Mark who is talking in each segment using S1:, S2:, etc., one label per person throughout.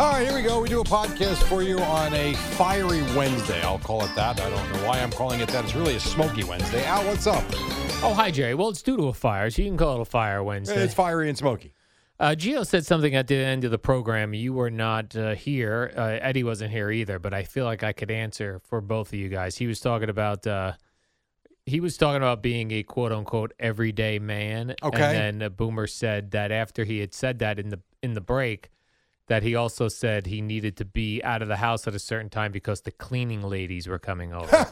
S1: All right, here we go. We do a podcast for you on a fiery Wednesday. I'll call it that. I don't know why I'm calling it that. It's really a smoky Wednesday. Al, what's up?
S2: Oh, hi, Jerry. Well, it's due to a fire, so you can call it a fire Wednesday.
S1: It's fiery and smoky.
S2: Uh, Gio said something at the end of the program. You were not uh, here. Uh, Eddie wasn't here either, but I feel like I could answer for both of you guys. He was talking about. Uh, he was talking about being a quote unquote everyday man.
S1: Okay.
S2: And then uh, Boomer said that after he had said that in the in the break, that he also said he needed to be out of the house at a certain time because the cleaning ladies were coming over.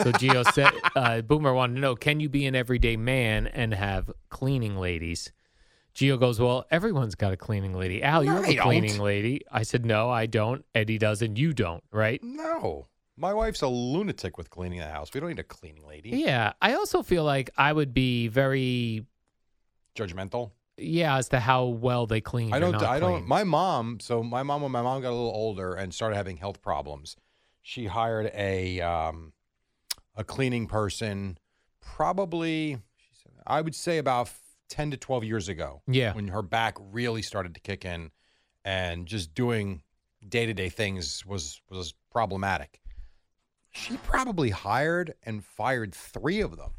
S2: so Gio said, uh, Boomer wanted to know, can you be an everyday man and have cleaning ladies? Gio goes, Well, everyone's got a cleaning lady. Al, you
S1: No,
S2: have
S1: I
S2: a
S1: don't.
S2: cleaning lady. I said, No, I don't. Eddie doesn't. You don't, right?
S1: No. My wife's a lunatic with cleaning the house. We don't need a cleaning lady.
S2: Yeah. I also feel like I would be very,
S1: Judgmental.
S2: yeah, as to how well they clean.
S1: I
S2: or
S1: don't.
S2: not
S1: I don't.
S2: clean.
S1: My mom. So my mom, when my mom got a little older and started having health problems, she hired a um, a cleaning person. Probably, she said, I would say about ten to twelve years ago.
S2: Yeah.
S1: when her back really started to kick in, and just doing day to day things was was problematic. She probably hired and fired three of them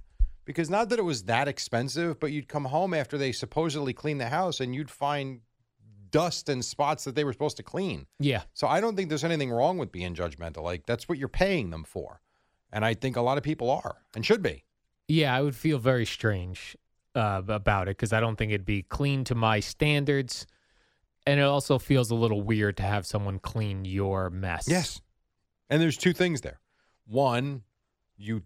S1: because not that it was that expensive, but you'd come home after they supposedly cleaned the house and you'd find dust and spots that they were supposed to clean.
S2: Yeah.
S1: So I don't think there's anything wrong with being judgmental. Like that's what you're paying them for. And I think a lot of people are and should be.
S2: Yeah. I would feel very strange uh, about it because I don't think it'd be clean to my standards. And it also feels a little weird to have someone clean your mess.
S1: And there's two things there. One, you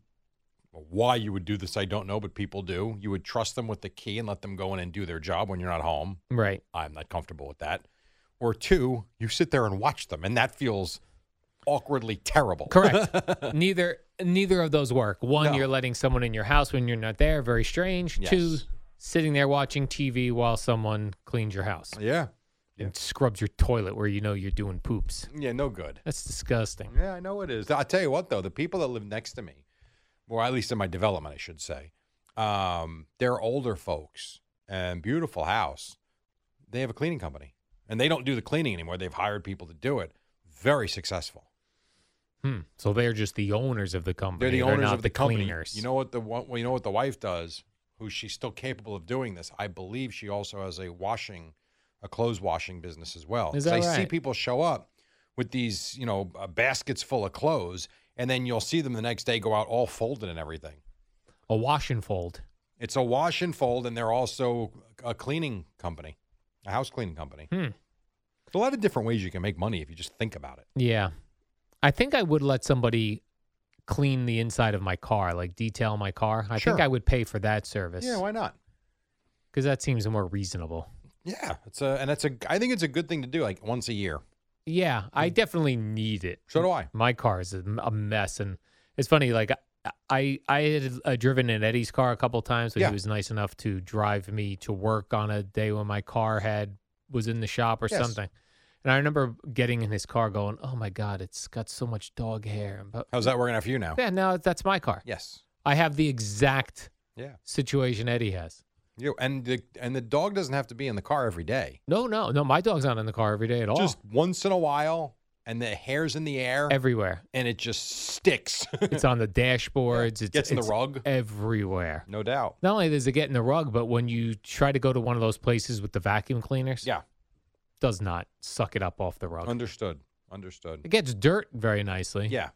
S1: why you would do this I don't know, but people do. You would trust them with the key and let them go in and do their job when you're not home.
S2: Right.
S1: I'm not comfortable with that. Or two, you sit there and watch them and that feels awkwardly terrible.
S2: Correct. neither neither of those work. One,
S1: No.
S2: you're letting someone in your house when you're not there, very strange. Two,
S1: Yes.
S2: sitting there watching TV while someone cleans your house
S1: yeah.
S2: and scrubs your toilet where you know you're doing poops.
S1: Yeah, no good.
S2: That's disgusting.
S1: Yeah, I know it is. I'll tell you what, though, the people that live next to me, or at least in my development, I should say, um, they're older folks and beautiful house. They have a cleaning company and they don't do the cleaning anymore. They've hired people to do it. Very successful.
S2: Hmm. So they're just the owners of the
S1: They're
S2: company.
S1: the owners
S2: not
S1: of the, company.
S2: Cleaners.
S1: You know what the one- well, you know what the wife does, who she's still capable of doing this. I believe she also has a washing, a clothes washing business as well.
S2: Is
S1: 'Cause
S2: that
S1: I see
S2: right?
S1: people show up with these, you know, uh, baskets full of clothes, and then you'll see them the next day go out all folded and everything.
S2: a wash and fold.
S1: It's a wash and fold, and they're also a cleaning company, a house cleaning company.
S2: Hmm.
S1: There's a lot of different ways you can make money if you just think about it.
S2: Yeah. I think I would let somebody clean the inside of my car, like detail my car. I think
S1: Sure.
S2: I would pay for that service.
S1: Yeah, why not?
S2: Because that seems more reasonable.
S1: Yeah, it's a and it's a. I think it's a good thing to do, like once a year.
S2: Yeah, I definitely need it.
S1: Hmm. So do I.
S2: My car is a m- a mess, and it's funny. Like I, I had uh, driven in Eddie's car a couple times, but
S1: Yeah.
S2: he was nice enough to drive me to work on a day when my car had was in the shop or
S1: Yes.
S2: something. And I remember getting in his car, going, "Oh my god, it's got so much dog hair." But
S1: How's that working out for you now?
S2: yeah, now that's my car.
S1: Yes.
S2: I have the exact
S1: Yeah.
S2: situation Eddie has.
S1: You and the and the dog doesn't have to be in the car every day.
S2: No, no, no. My dog's not in the car every day at all.
S1: Just once in a while, and the hair's in the air
S2: everywhere.
S1: and it just sticks.
S2: It's on the dashboards. It's
S1: Gets in the
S2: it's
S1: rug.
S2: everywhere.
S1: No doubt.
S2: Not only does it get in the rug, but when you try to go to one of those places with the vacuum cleaners,
S1: Yeah.
S2: does not suck it up off the rug.
S1: Understood. Understood.
S2: it gets dirt very nicely.
S1: Yeah.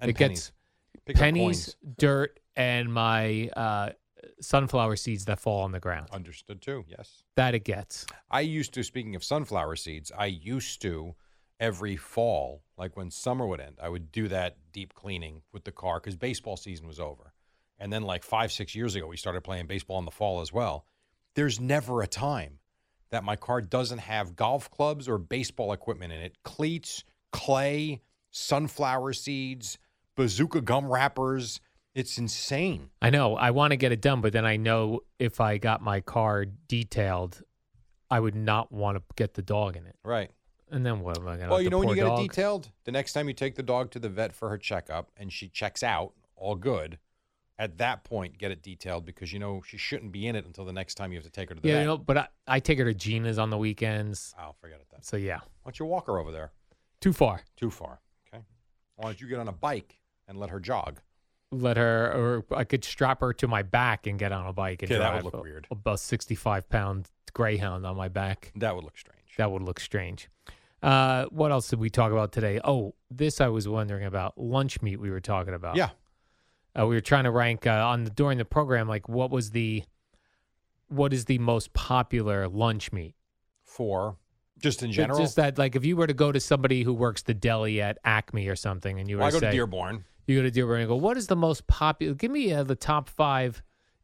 S1: And
S2: it
S1: pennies.
S2: gets
S1: Pick up
S2: pennies,
S1: coins.
S2: dirt, and my uh, sunflower seeds that fall on the ground.
S1: Understood too. Yes.
S2: That it gets.
S1: I used to, speaking of sunflower seeds, I used to every fall, like when summer would end, I would do that deep cleaning with the car because baseball season was over. And then, like five, six years ago, we started playing baseball in the fall as well. There's never a time that my car doesn't have golf clubs or baseball equipment in it cleats, clay, sunflower seeds, bazooka gum wrappers. It's insane.
S2: I know. I want to get it done, but then I know if I got my car detailed, I would not want to get the dog in it.
S1: Right.
S2: And then what am I going to
S1: Well, you know, when you get
S2: dog?
S1: it detailed, the next time you take the dog to the vet for her checkup and she checks out, all good. At that point, get it detailed because you know she shouldn't be in it until the next time you have to take her to the
S2: Yeah,
S1: vet.
S2: you know, but I, I take her to Gina's on the weekends.
S1: oh, forget it then.
S2: So yeah,
S1: Why don't you walk her over there?
S2: too far.
S1: Too far. Okay. Why don't you get on a bike and let her jog?
S2: Let her, or I could strap her to my back and get on a bike and
S1: Okay, that
S2: drive.
S1: would look weird. Mm.
S2: About sixty-five pound greyhound on my back.
S1: That would look strange.
S2: That would look strange. Uh, what else did we talk about today? Oh, this I was wondering about lunch meat. We were talking about.
S1: yeah.
S2: uh, we were trying to rank uh, on the during the program like what was the what is the most popular lunch meat
S1: For just in
S2: Ju-
S1: general.
S2: just that like if you were to go to somebody who works the deli at acme or something and you were
S1: Well, I
S2: to
S1: go to
S2: say
S1: Dearborn.
S2: you go to dearborn and go what is the most popular give me uh, the top five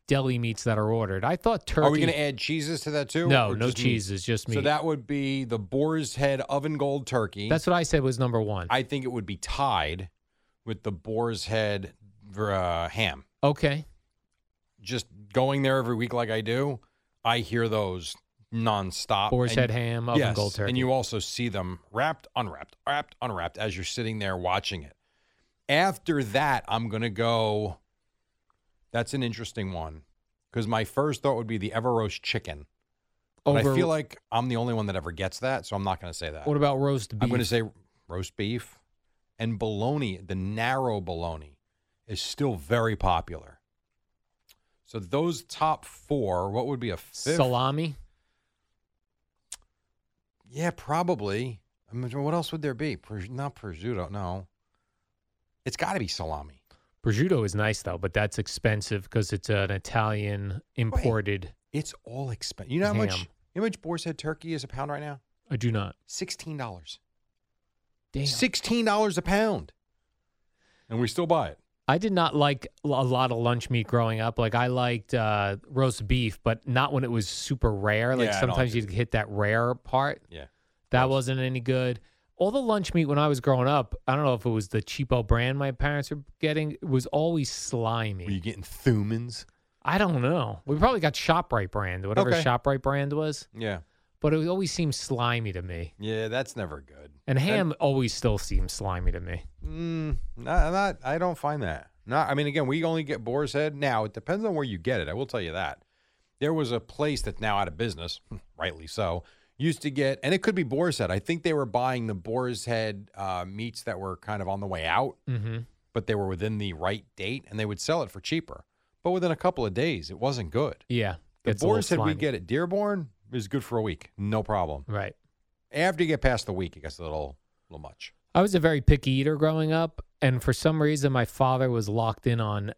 S2: deli meats that are ordered i thought turkey
S1: Are we going to add cheeses to that too?
S2: no
S1: or
S2: no
S1: just meat?
S2: cheeses just meat
S1: So that would be the boar's head oven gold turkey.
S2: that's what i said was number one
S1: I think it would be tied with the boar's head uh, ham.
S2: okay
S1: Just going there every week like I do, I hear those nonstop.
S2: boar's
S1: Uh, And-
S2: head ham oven
S1: yes,
S2: gold turkey
S1: And you also see them wrapped, unwrapped, wrapped, unwrapped as you're sitting there watching it. After that, I'm going to go. That's an interesting one because my first thought would be the ever roast chicken. But
S2: Over-
S1: I feel like I'm the only one that ever gets that, so I'm not going to say that.
S2: what about roast beef
S1: I'm going to say roast beef and bologna. The narrow bologna is still very popular. So those top four, what would be a fifth?
S2: salami
S1: Yeah, probably. I mean, what else would there be? Pros- not prosciutto. No, it's got to be salami.
S2: prosciutto is nice though but that's expensive because it's an italian imported
S1: It's all expensive. You know how much?
S2: Ham.
S1: You know how much boar's head turkey is a pound right now?
S2: I do not.
S1: Sixteen dollars.
S2: Damn.
S1: Sixteen dollars a pound. And we still buy it.
S2: I did not like l- a lot of lunch meat growing up. Like I liked uh, roast beef, but not when it was super rare. Like
S1: Yeah, I don't
S2: sometimes
S1: do
S2: you'd hit that rare part.
S1: Yeah.
S2: That wasn't any good. All the lunch meat when I was growing up, I don't know if it was the cheapo brand my parents were getting, it was always slimy.
S1: Were you getting Thumans?
S2: I don't know. We probably got ShopRite brand, whatever
S1: Okay.
S2: ShopRite brand was,
S1: Yeah.
S2: but it always seemed slimy to me.
S1: Yeah, that's never good.
S2: And ham always still seems slimy to me.
S1: Mm, not, not, I don't find that. Not, I mean, again, we only get boar's head now. It depends on where you get it. I will tell you that. There was a place that's now out of business, rightly so. Used to get, and it could be boar's head. I think they were buying the boar's head uh, meats that were kind of on the way out,
S2: Mm-hmm.
S1: but they were within the right date, and they would sell it for cheaper. But within a couple of days, it wasn't good.
S2: Yeah.
S1: The
S2: gets a little
S1: boar's head we
S2: slimy.
S1: get at Dearborn is good for a week, no problem.
S2: Right.
S1: After you get past the week, it gets a little, little much.
S2: I was a very picky eater growing up, and for some reason, my father was locked in on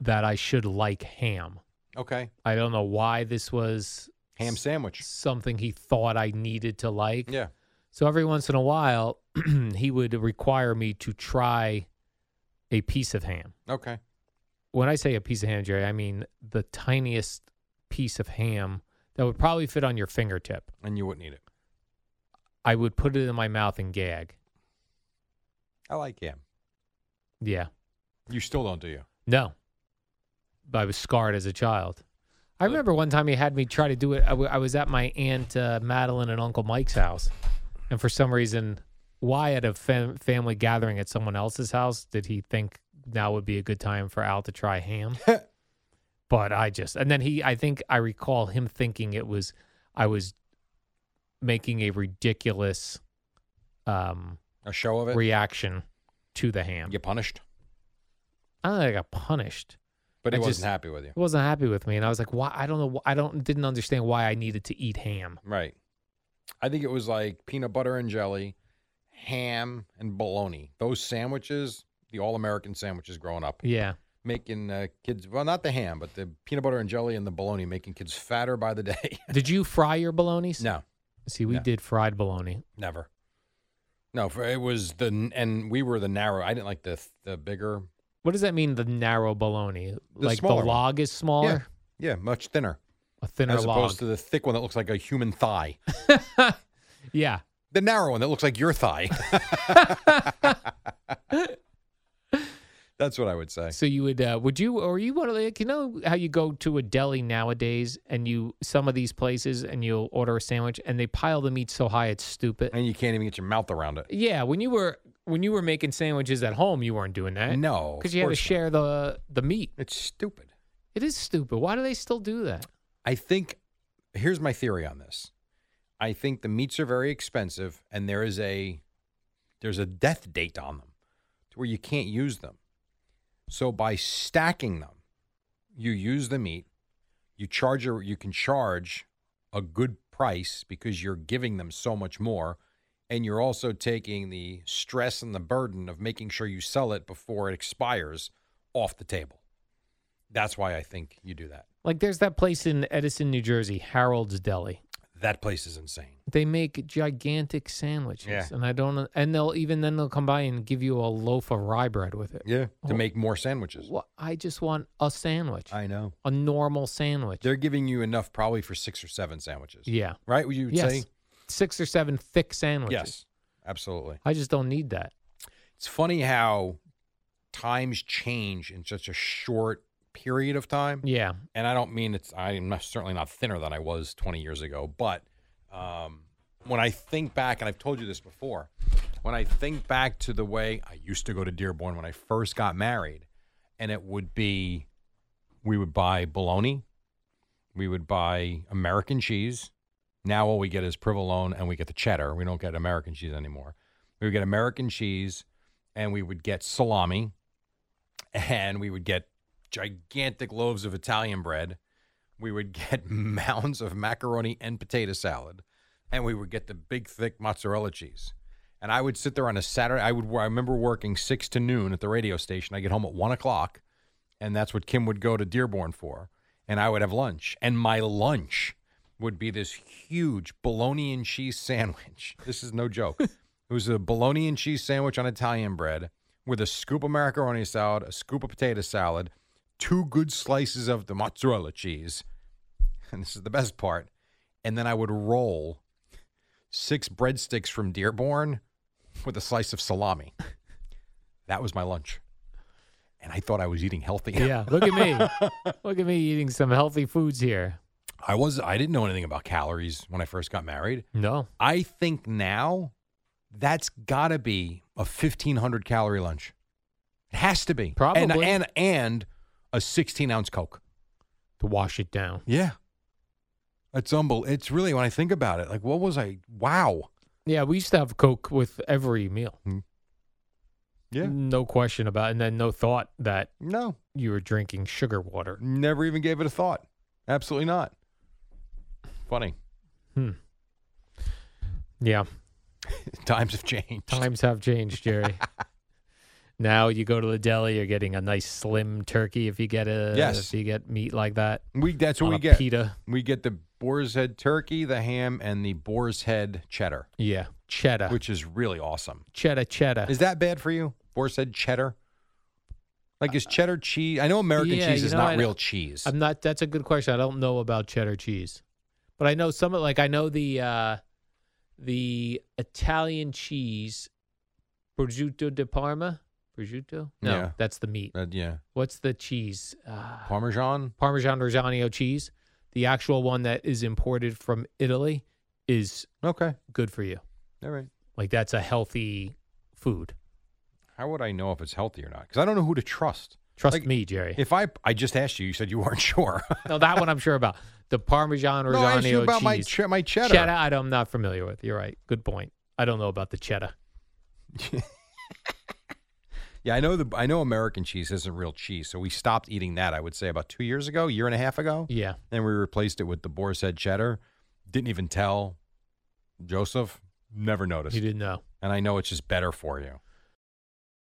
S2: that I should like ham.
S1: Okay,
S2: I don't know why this was
S1: ham sandwich.
S2: something he thought I needed to like.
S1: Yeah.
S2: So every once in a while, he would require me to try a piece of ham.
S1: Okay.
S2: When I say a piece of ham, Jerry, I mean the tiniest piece of ham that would probably fit on your fingertip.
S1: And you wouldn't eat it.
S2: I would put it in my mouth and gag.
S1: I like ham.
S2: Yeah.
S1: You still don't, do you?
S2: No. But I was scarred as a child. I remember one time he had me try to do it. I, w- I was at my aunt uh, Madeline and Uncle Mike's house, and for some reason, why at a fam- family gathering at someone else's house did he think now would be a good time for Al to try ham? but I just and then he, I think I recall him thinking it was I was making a ridiculous um,
S1: A show of it.
S2: reaction to the ham.
S1: You punished,
S2: I don't think I got punished.
S1: but
S2: I
S1: he wasn't
S2: just-
S1: happy with you.
S2: He wasn't happy with me, and I was like, "Why? I don't know. wh- I don't didn't understand why I needed to eat ham."
S1: Right. I think it was like peanut butter and jelly, ham and bologna. Those sandwiches, the all American sandwiches growing up,
S2: Yeah,
S1: making uh, kids, well, not the ham, but the peanut butter and jelly and the bologna, making kids fatter by the day.
S2: did you fry your bolognese?
S1: no,
S2: See, we
S1: No.
S2: did fried bologna.
S1: never. No, for, it was the, and we were the narrow, I didn't like the, the bigger,
S2: What does that mean? The narrow bologna, like the
S1: smaller one.
S2: log is smaller,
S1: yeah, much thinner,
S2: a thinner
S1: as
S2: log.
S1: opposed to the thick one that looks like a human thigh.
S2: yeah,
S1: The narrow one that looks like your thigh. That's what I would say.
S2: So you would uh, would you or you want to like you know how you go to a deli nowadays and you some of these places and you'll order a sandwich and they pile the meat so high it's stupid.
S1: And you can't even get your mouth around it.
S2: Yeah, when you were when you were making sandwiches at home, you weren't doing that.
S1: No, of
S2: because you had to
S1: course not.
S2: share the the meat.
S1: It's stupid.
S2: It is stupid. Why do they still do that?
S1: I think here's my theory on this. I think the meats are very expensive and there is a there's a death date on them to where you can't use them. So by stacking them, you use the meat, you charge a, you can charge a good price because you're giving them so much more and you're also taking the stress and the burden of making sure you sell it before it expires off the table. That's why I think you do that.
S2: Like there's that place in Edison, New Jersey, Harold's Deli.
S1: That place is insane.
S2: They make gigantic sandwiches,
S1: Yeah.
S2: and I don't. And they'll even then they'll come by and give you a loaf of rye bread with it.
S1: Yeah.
S2: Oh.
S1: To make more sandwiches.
S2: Wha- I just want a sandwich.
S1: I know.
S2: a normal sandwich.
S1: They're giving you enough probably for six or seven sandwiches.
S2: yeah.
S1: Right? Would you
S2: Yes.
S1: say?
S2: Six or seven thick sandwiches.
S1: Yes. Absolutely.
S2: I just don't need that.
S1: It's funny how times change in such a short period of time.
S2: Yeah.
S1: And I don't mean it's, I'm not, certainly not thinner than I was 20 years ago, but um, when I think back, and I've told you this before, when I think back to the way I used to go to Dearborn when I first got married, and it would be we would buy bologna, we would buy American cheese. Now all we get is provolone and we get the cheddar. We don't get American cheese anymore. We would get American cheese and we would get salami and we would get gigantic loaves of Italian bread. We would get mounds of macaroni and potato salad and we would get the big thick mozzarella cheese. And I would sit there on a Saturday. I would. I remember working six to noon at the radio station. I get home at one o'clock, and that's what Kim would go to Dearborn for. And I would have lunch. And my lunch would be this huge bologna and cheese sandwich. This is no joke. it was a bologna and cheese sandwich on Italian bread with a scoop of macaroni salad, a scoop of potato salad, two good slices of the mozzarella cheese. And this is the best part. And then I would roll six breadsticks from Dearborn with a slice of salami. That was my lunch. And I thought I was eating healthy.
S2: Yeah. Look at me. Look at me eating some healthy foods here.
S1: I was I didn't know anything about calories when I first got married.
S2: No.
S1: I think now that's got to be a 1500 calorie lunch. It has to be. And
S2: Probably.
S1: and and a 16 ounce Coke.
S2: To wash it down.
S1: Yeah. It's humble. It's really when I think about it, like what was I wow.
S2: Yeah. We used to have Coke with every meal. No question about it. And then no thought that
S1: Mm. No.
S2: you were drinking sugar water.
S1: Never even gave it a thought. Absolutely not. Funny.
S2: Yeah.
S1: Times have changed.
S2: Times have changed, Jerry. now you go to the deli, you're getting a nice slim turkey if you get a
S1: Yes.
S2: if you get meat like that.
S1: We that's what
S2: on
S1: we
S2: a
S1: get.
S2: Pita.
S1: We get the boar's head turkey, the ham, and the boar's head cheddar,
S2: Yeah. Cheddar.
S1: which is really awesome.
S2: cheddar cheddar.
S1: Is that bad for you? Boar's head cheddar? Like is cheddar cheese? I know American
S2: yeah,
S1: cheese
S2: you
S1: is
S2: know,
S1: not
S2: I-
S1: real cheese.
S2: I'm not. That's a good question. I don't know about cheddar cheese, but I know some. of- Like I know the uh, the Italian cheese, prosciutto di Parma. Prosciutto? No,
S1: Yeah.
S2: that's the meat.
S1: Uh, yeah,
S2: What's the cheese? Uh,
S1: Parmesan.
S2: Parmesan Reggiano cheese. The actual one that is imported from Italy is
S1: Okay,
S2: good for you.
S1: all right.
S2: Like that's a healthy food.
S1: How would I know if it's healthy or not? Because I don't know who to trust.
S2: Trust
S1: Like,
S2: me, Jerry.
S1: If I I just asked you, you said you weren't sure.
S2: no, that one I'm sure about. The Parmesan Reggiano
S1: no, I asked you about
S2: cheese.
S1: my che- my cheddar.
S2: Cheddar, I don't- I'm not familiar with. You're right. Good point. I don't know about the cheddar.
S1: Yeah, I know the I know American cheese isn't real cheese, so we stopped eating that. I would say about two years ago, year and a half ago.
S2: Yeah.
S1: Then we replaced it with the Boar's Head cheddar. Didn't even tell Joseph. Never noticed.
S2: You didn't know.
S1: And I know it's just better for you.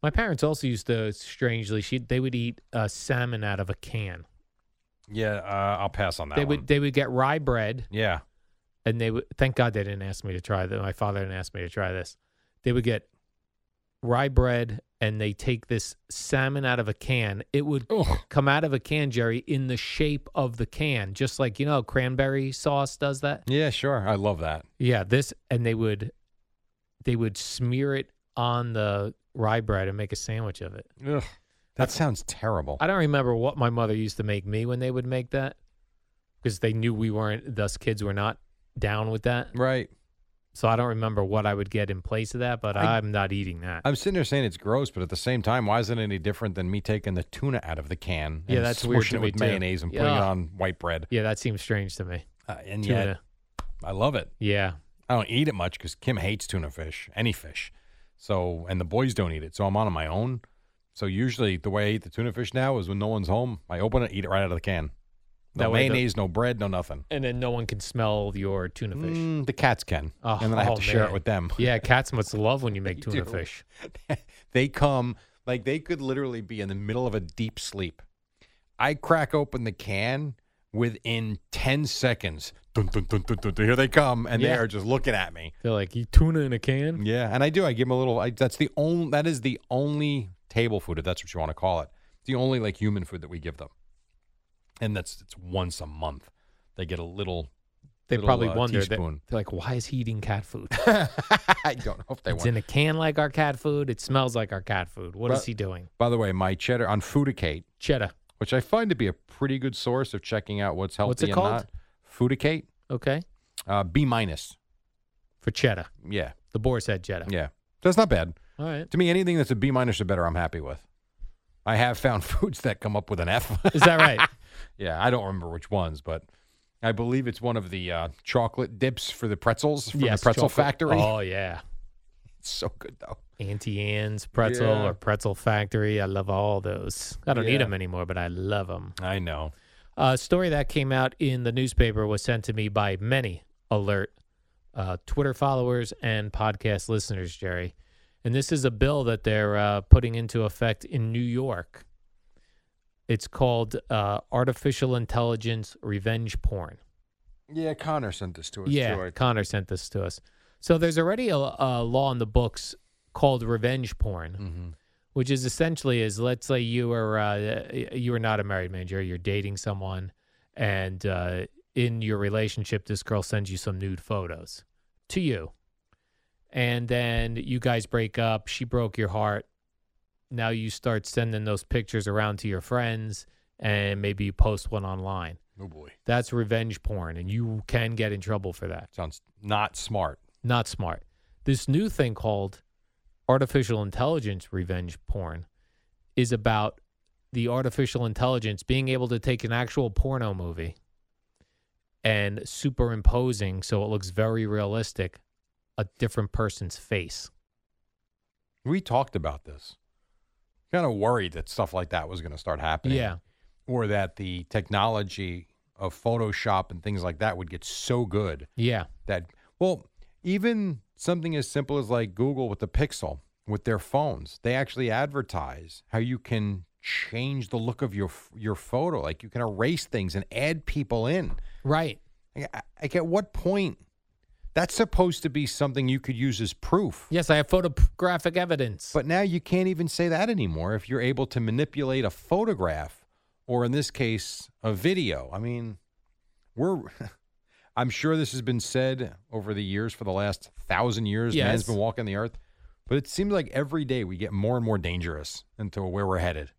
S2: My parents also used to strangely she they would eat uh, salmon out of a can.
S1: Yeah, uh, I'll pass on that.
S2: they
S1: one.
S2: would they would get rye bread
S1: Yeah,
S2: and they would thank God they didn't ask me to try that. My father didn't ask me to try this. They would get rye bread and they take this salmon out of a can. It would come out of a can, Jerry, in the shape of the can, just like you know cranberry sauce does that.
S1: yeah, sure. I love that.
S2: Yeah, this and they would they would smear it on the rye bread and make a sandwich of it.
S1: Ugh, that sounds terrible.
S2: I don't remember what my mother used to make me when they would make that because they knew we weren't, us kids were not down with that.
S1: Right.
S2: So I don't remember what I would get in place of that, but I, am not eating that.
S1: I'm sitting there saying it's gross, but at the same time, why is it any different than me taking the tuna out of the can?
S2: Yeah,
S1: and
S2: that's weird to
S1: swishing it
S2: me
S1: with
S2: too.
S1: mayonnaise and putting it
S2: Yeah.
S1: on white bread.
S2: yeah, that seems strange to me.
S1: Uh, and
S2: Tuna.
S1: yet, I love it.
S2: Yeah.
S1: I don't eat it much because Kim hates tuna fish, any fish. So, and the boys don't eat it. So I'm on my own. So usually the way I eat the tuna fish now is when no one's home, I open it, eat it right out of the can. No
S2: That way the-
S1: mayonnaise, no bread, no nothing.
S2: And then no one can smell your tuna fish.
S1: Mm, the cats can.
S2: Oh,
S1: and then I have
S2: oh,
S1: to share it
S2: man.
S1: with them.
S2: Yeah, cats must love when you make tuna
S1: do.
S2: fish.
S1: they come like they could literally be in the middle of a deep sleep. I crack open the can within 10 seconds. Dun, dun, dun, dun, dun, dun, here they come and they
S2: Yeah.
S1: are just looking at me.
S2: They're like, you tuna in a can?
S1: Yeah, and I do. I give them a little I, that's the only that is the only table food if that's what you want to call it. The only like human food that we give them. And that's it's once a month. They get a little
S2: They
S1: Little,
S2: probably
S1: uh,
S2: wonder. That, they're
S1: teaspoon.
S2: like, why is he eating cat food?
S1: I don't know if they
S2: it's
S1: want
S2: in a can like our cat food. It smells like our cat food. What is
S1: But-
S2: he doing?
S1: By the way, my cheddar on Foodicate
S2: Cheddar.
S1: which I find to be a pretty good source of checking out what's healthy
S2: What's it
S1: and
S2: called?
S1: not. Foodicate,
S2: Okay.
S1: uh, B minus.
S2: For cheddar.
S1: Yeah,
S2: The boar's head cheddar.
S1: yeah, that's not bad
S2: All right.
S1: to me. Anything that's a B minus or better, I'm happy with. I have found foods that come up with an F.
S2: Is that right?
S1: yeah, I don't remember which ones, but I believe it's one of the uh, chocolate dips for the pretzels from
S2: Yes,
S1: the Pretzel
S2: chocolate.
S1: Factory.
S2: Oh yeah.
S1: It's so good though.
S2: Auntie Anne's pretzel
S1: Yeah.
S2: or pretzel factory. I love all those. I don't 'em
S1: Yeah.
S2: need them anymore, but I love them.
S1: I know.
S2: A story that came out in the newspaper was sent to me by many alert uh, Twitter followers and podcast listeners, Jerry. And this is a bill that they're uh, putting into effect in New York. It's called uh, Artificial Intelligence Revenge Porn.
S1: Yeah, Connor sent this to us.
S2: yeah,
S1: too. I-
S2: Connor sent this to us. So there's already a, a law in the books called revenge porn,
S1: Mm-hmm.
S2: which is essentially is let's say you are uh, you are not a married man, Jerry. You're dating someone, and uh, in your relationship, this girl sends you some nude photos to you, and then you guys break up. She broke your heart. Now you start sending those pictures around to your friends, and maybe you post one online.
S1: Oh boy,
S2: That's revenge porn, and you can get in trouble for that.
S1: sounds not smart.
S2: Not smart. This new thing called artificial intelligence revenge porn is about the artificial intelligence being able to take an actual porno movie and superimposing so it looks very realistic a different person's face.
S1: We talked about this. Kind of worried that stuff like that was going to start happening.
S2: Yeah.
S1: or that the technology of Photoshop and things like that would get so good
S2: Yeah.
S1: that, well, even something as simple as like Google with the Pixel with their phones, they actually advertise how you can change the look of your your photo, like you can erase things and add people in.
S2: Right.
S1: Like, I- like at what point? That's supposed to be something you could use as proof.
S2: Yes, I have photographic evidence.
S1: But now you can't even say that anymore if you're able to manipulate a photograph or in this case a video. I mean, we're I'm sure this has been said over the years for the last thousand years. Man's
S2: Yes.
S1: been walking the earth, but it seems like every day we get more and more dangerous into where we're headed.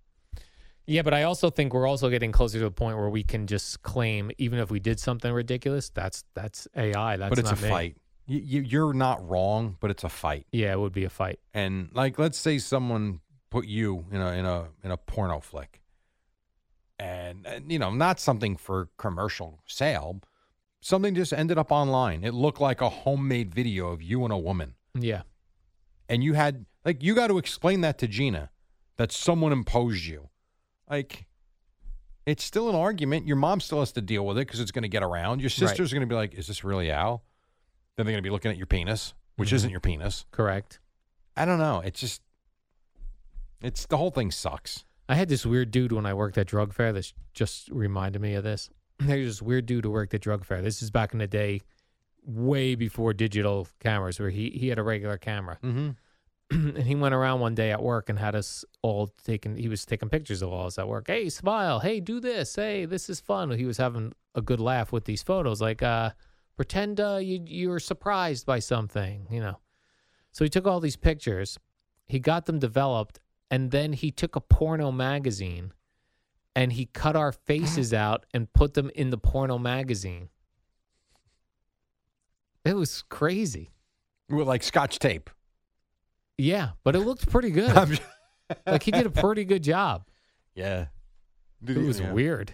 S2: Yeah, but I also think we're also getting closer to the point where we can just claim, even if we did something ridiculous, that's that's AI. That's
S1: but it's a
S2: not me.
S1: fight. You, you, you're not wrong, but it's a fight.
S2: Yeah, it would be a fight.
S1: And like, let's say someone put you in a in a in a porno flick, and, and you know, not something for commercial sale, something just ended up online. It looked like a homemade video of you and a woman,
S2: Yeah,
S1: and you had like you got to explain that to Gina that someone imposed you, like. It's still an argument. Your mom still has to deal with it because it's going to get around. Your
S2: Right.
S1: sister's going to be like, "Is this really Al?" Then they're going to be looking at your penis, which
S2: Mhm.
S1: isn't your penis.
S2: correct.
S1: I don't know. It's just, it's the whole thing sucks.
S2: I had this weird dude when I worked at drug fair. This just reminded me of this. There's this weird dude who worked at drug fair. This is back in the day, way before digital cameras, where he he had a regular camera,
S1: Mm-hmm.
S2: and he went around one day at work and had us all taking. He was taking pictures of all us at work. Hey, smile. Hey, do this. Hey, this is fun. He was having a good laugh with these photos. Like, uh, pretend uh, you you were surprised by something. You know. So he took all these pictures, he got them developed, and then he took a porno magazine and he cut our faces out and put them in the porno magazine. It was crazy.
S1: With like scotch tape.
S2: Yeah, but it looked pretty good.
S1: I'm j-
S2: like he did a pretty good job.
S1: yeah.
S2: It was weird.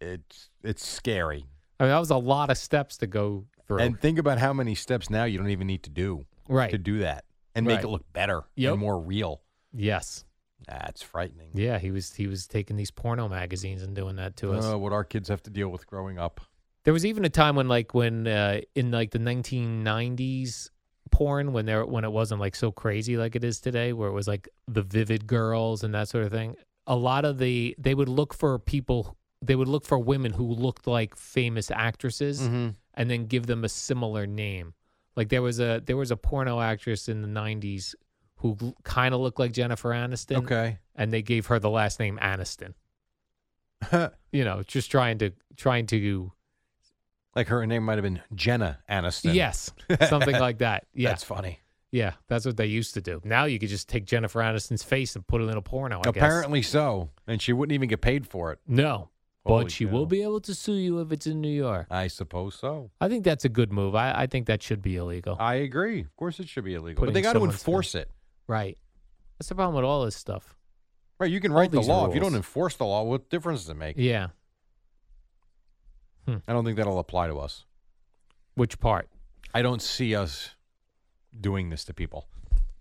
S1: It's it's scary.
S2: I mean, that was a lot of steps to go through.
S1: And think about how many steps now you don't even need to do
S2: right.
S1: to do that and make
S2: Right.
S1: it look better
S2: Yep.
S1: and more real.
S2: yes.
S1: That's frightening.
S2: Yeah, he was he was taking these porno magazines and doing that to us.
S1: Uh, what our kids have to deal with growing up.
S2: There was even a time when, like, when uh, in like the 1990s porn, when there when it wasn't like so crazy like it is today, where it was like the vivid girls and that sort of thing. A lot of the they would look for people. They would look for women who looked like famous actresses,
S1: Mm-hmm.
S2: and then give them a similar name. Like there was a there was a porno actress in the 90s who kind of looked like Jennifer Aniston,
S1: Okay.
S2: and they gave her the last name Aniston. You know, just trying to trying to
S1: like her name might have been Jenna Aniston.
S2: Yes, something like that. Yeah,
S1: That's funny.
S2: yeah, that's what they used to do. Now you could just take Jennifer Aniston's face and put it in a porno. Oh, I guess.
S1: Apparently so. And she wouldn't even get paid for it.
S2: no,
S1: Holy
S2: but she will
S1: cow.
S2: be able to sue you if it's in New York.
S1: I suppose so.
S2: I think that's a good move. I, I think that should be illegal.
S1: I agree. Of course, it should be illegal. but
S2: Putting
S1: they got to
S2: someone's
S1: enforce it.
S2: right. That's the problem with all this stuff.
S1: Right, you can write the
S2: these
S1: law. If you don't
S2: rules.
S1: enforce the law, what difference does it make?
S2: Yeah.
S1: I don't think that'll apply to us.
S2: Which part?
S1: I don't see us doing this to people.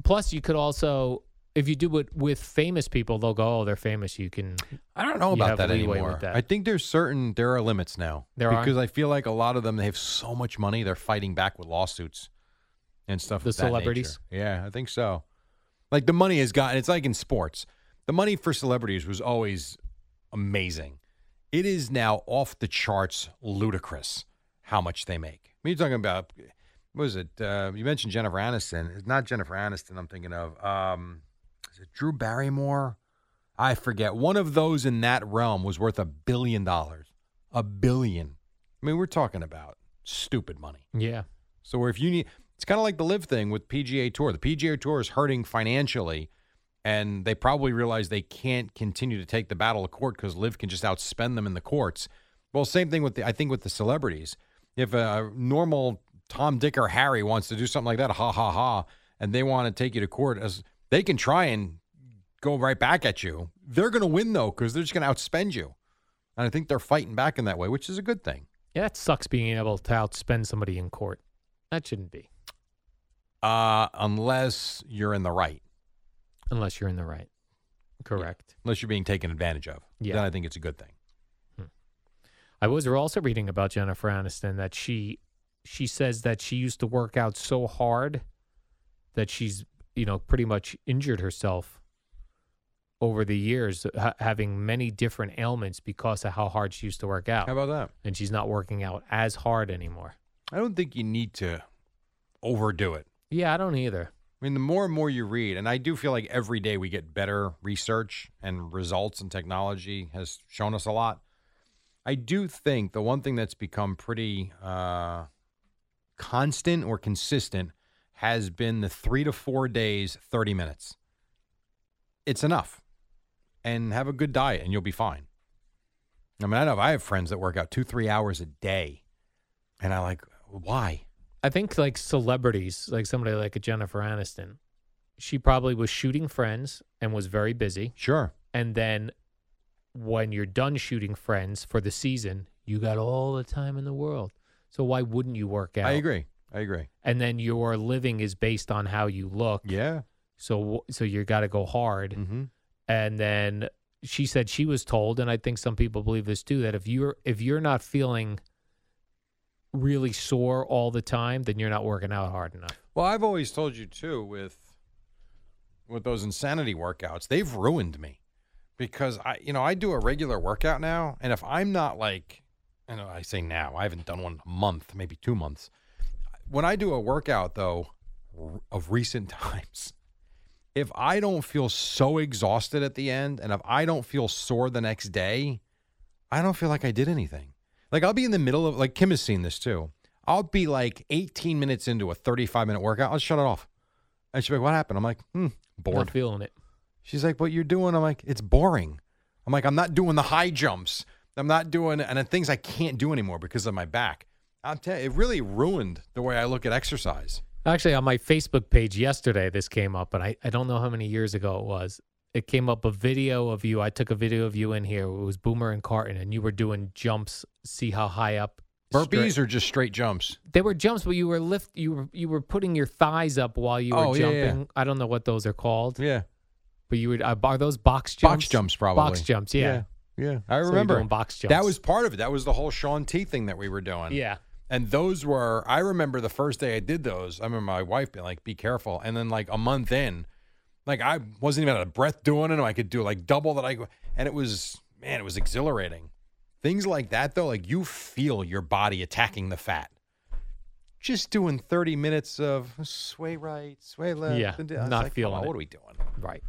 S2: Plus, you could also, if you do it with famous people, they'll go, "Oh, they're famous. You can."
S1: I don't know
S2: You
S1: about
S2: have
S1: that
S2: leeway with
S1: anymore.
S2: that.
S1: I think there's certain there are limits now.
S2: There are?
S1: because I feel like a lot of them they have so much money they're fighting back with lawsuits and stuff.
S2: The
S1: of that nature.
S2: celebrities?
S1: Yeah, I think so. Like the money has gotten. It's like in sports, the money for celebrities was always amazing. It is now off the charts, ludicrous how much they make. I mean, you're talking about what was it? Uh, you mentioned Jennifer Aniston. It's not Jennifer Aniston. I'm thinking of. Um, is it Drew Barrymore? I forget. One of those in that realm was worth a billion dollars. A billion. I mean, we're talking about stupid money.
S2: Yeah.
S1: So if you need, it's kind of like the live thing with PGA Tour. The PGA Tour is hurting financially, and they probably realize they can't continue to take the battle of court because live can just outspend them in the courts. Well, same thing with the I think with the celebrities. If a normal Tom, Dick, or Harry wants to do something like that, ha ha ha, and they want to take you to court, as they can try and go right back at you. They're going to win though because they're just going to outspend you, and I think they're fighting back in that way, which is a good thing.
S2: Yeah, that sucks being able to outspend somebody in court. That shouldn't be,
S1: Uh, unless you're in the right.
S2: unless you're in the right. Correct.
S1: unless you're being taken advantage of.
S2: Yeah.
S1: Then I think it's a good thing.
S2: I was also reading about Jennifer Aniston that she she says that she used to work out so hard that she's you know pretty much injured herself over the years ha- having many different ailments because of how hard she used to work out
S1: How about that?
S2: and she's not working out as hard anymore.
S1: I don't think you need to overdo it.
S2: Yeah, I don't either.
S1: I mean, the more and more you read, and I do feel like every day we get better research and results, and technology has shown us a lot. I do think the one thing that's become pretty uh, constant or consistent has been the three to four days, 30 minutes. It's enough. And have a good diet and you'll be fine. I mean, I know I have friends that work out two, three hours a day. And I like, why?
S2: I think like celebrities, like somebody like a Jennifer Aniston, she probably was shooting Friends and was very busy.
S1: Sure.
S2: And then when you're done shooting Friends for the season, you got all the time in the world. So why wouldn't you work out?
S1: I agree. I agree.
S2: And then your living is based on how you look.
S1: Yeah.
S2: So so you got to go hard.
S1: Mm-hmm.
S2: And then she said she was told, and I think some people believe this too, that if you're if you're not feeling really sore all the time, then you're not working out hard enough.
S1: Well, I've always told you too with with those insanity workouts, they've ruined me because I, you know, I do a regular workout now, and if I'm not like, you know, I say now, I haven't done one in a month, maybe two months. When I do a workout though, r- of recent times, if I don't feel so exhausted at the end, and if I don't feel sore the next day, I don't feel like I did anything. Like I'll be in the middle of like Kim has seen this too. I'll be like 18 minutes into a 35 minute workout. I'll shut it off. And she'll be like, what happened? I'm like, hmm, bored.
S2: Not feeling it.
S1: She's like, "What you're doing?" I'm like, "It's boring." I'm like, "I'm not doing the high jumps. I'm not doing and the things I can't do anymore because of my back." I'm tell it really ruined the way I look at exercise.
S2: Actually, on my Facebook page yesterday, this came up, and I, I don't know how many years ago it was. It came up a video of you. I took a video of you in here. It was Boomer and Carton, and you were doing jumps. See how high up
S1: Burpees
S2: straight-
S1: are just straight jumps.
S2: They were jumps, but you were lift. You were you were putting your thighs up while you were
S1: Oh, yeah,
S2: jumping.
S1: yeah.
S2: I don't know what those are called,
S1: Yeah,
S2: but you were uh, are those box jumps?
S1: box jumps probably.
S2: Box jumps. Yeah.
S1: yeah. yeah. I
S2: So you're
S1: remember
S2: doing box
S1: That
S2: jumps.
S1: was part of it. That was the whole Sean T thing that we were doing.
S2: Yeah.
S1: And those were, I remember the first day I did those. I remember my wife being like, be careful. And then, like, a month in, like, I wasn't even out of breath doing it. I could do like double that. I, and it was, man, it was exhilarating. Things like that, though, like, you feel your body attacking the fat. Just doing 30 minutes of sway right, sway left.
S2: Yeah,
S1: and- I was
S2: not
S1: like, come
S2: feeling
S1: on,
S2: it.
S1: What are we doing?
S2: Right.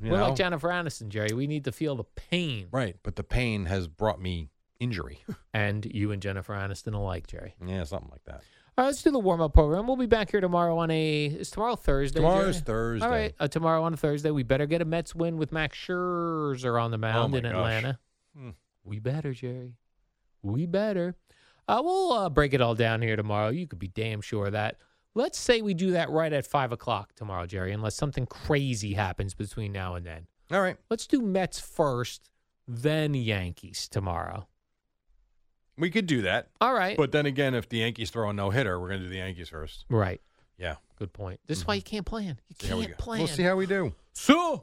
S1: You
S2: we're
S1: know?
S2: like Jennifer Aniston, Jerry. We need to feel the pain.
S1: Right. But the pain has brought me injury.
S2: And you and Jennifer Aniston alike, Jerry.
S1: yeah, something like that.
S2: All right, let's do the warm up program. We'll be back here tomorrow on a. Is tomorrow Thursday?
S1: Tomorrow's
S2: Jerry?
S1: Thursday.
S2: All right, uh, tomorrow on Thursday, we better get a Mets win with Max Scherzer on the mound
S1: Oh my
S2: in
S1: gosh.
S2: Atlanta.
S1: Hmm.
S2: We better, Jerry. We better. Uh, we'll uh, break it all down here tomorrow. You could be damn sure of that. Let's say we do that right at five o'clock tomorrow, Jerry, unless something crazy happens between now and then.
S1: All right.
S2: Let's do Mets first, then Yankees tomorrow.
S1: We could do that.
S2: All right.
S1: But then again, if the Yankees throw a no hitter, we're going to do the Yankees first.
S2: right.
S1: Yeah.
S2: Good point. This is why you can't plan. You
S1: See how Mm-hmm. we
S2: can't
S1: go.
S2: plan.
S1: We'll see how we do.
S2: so.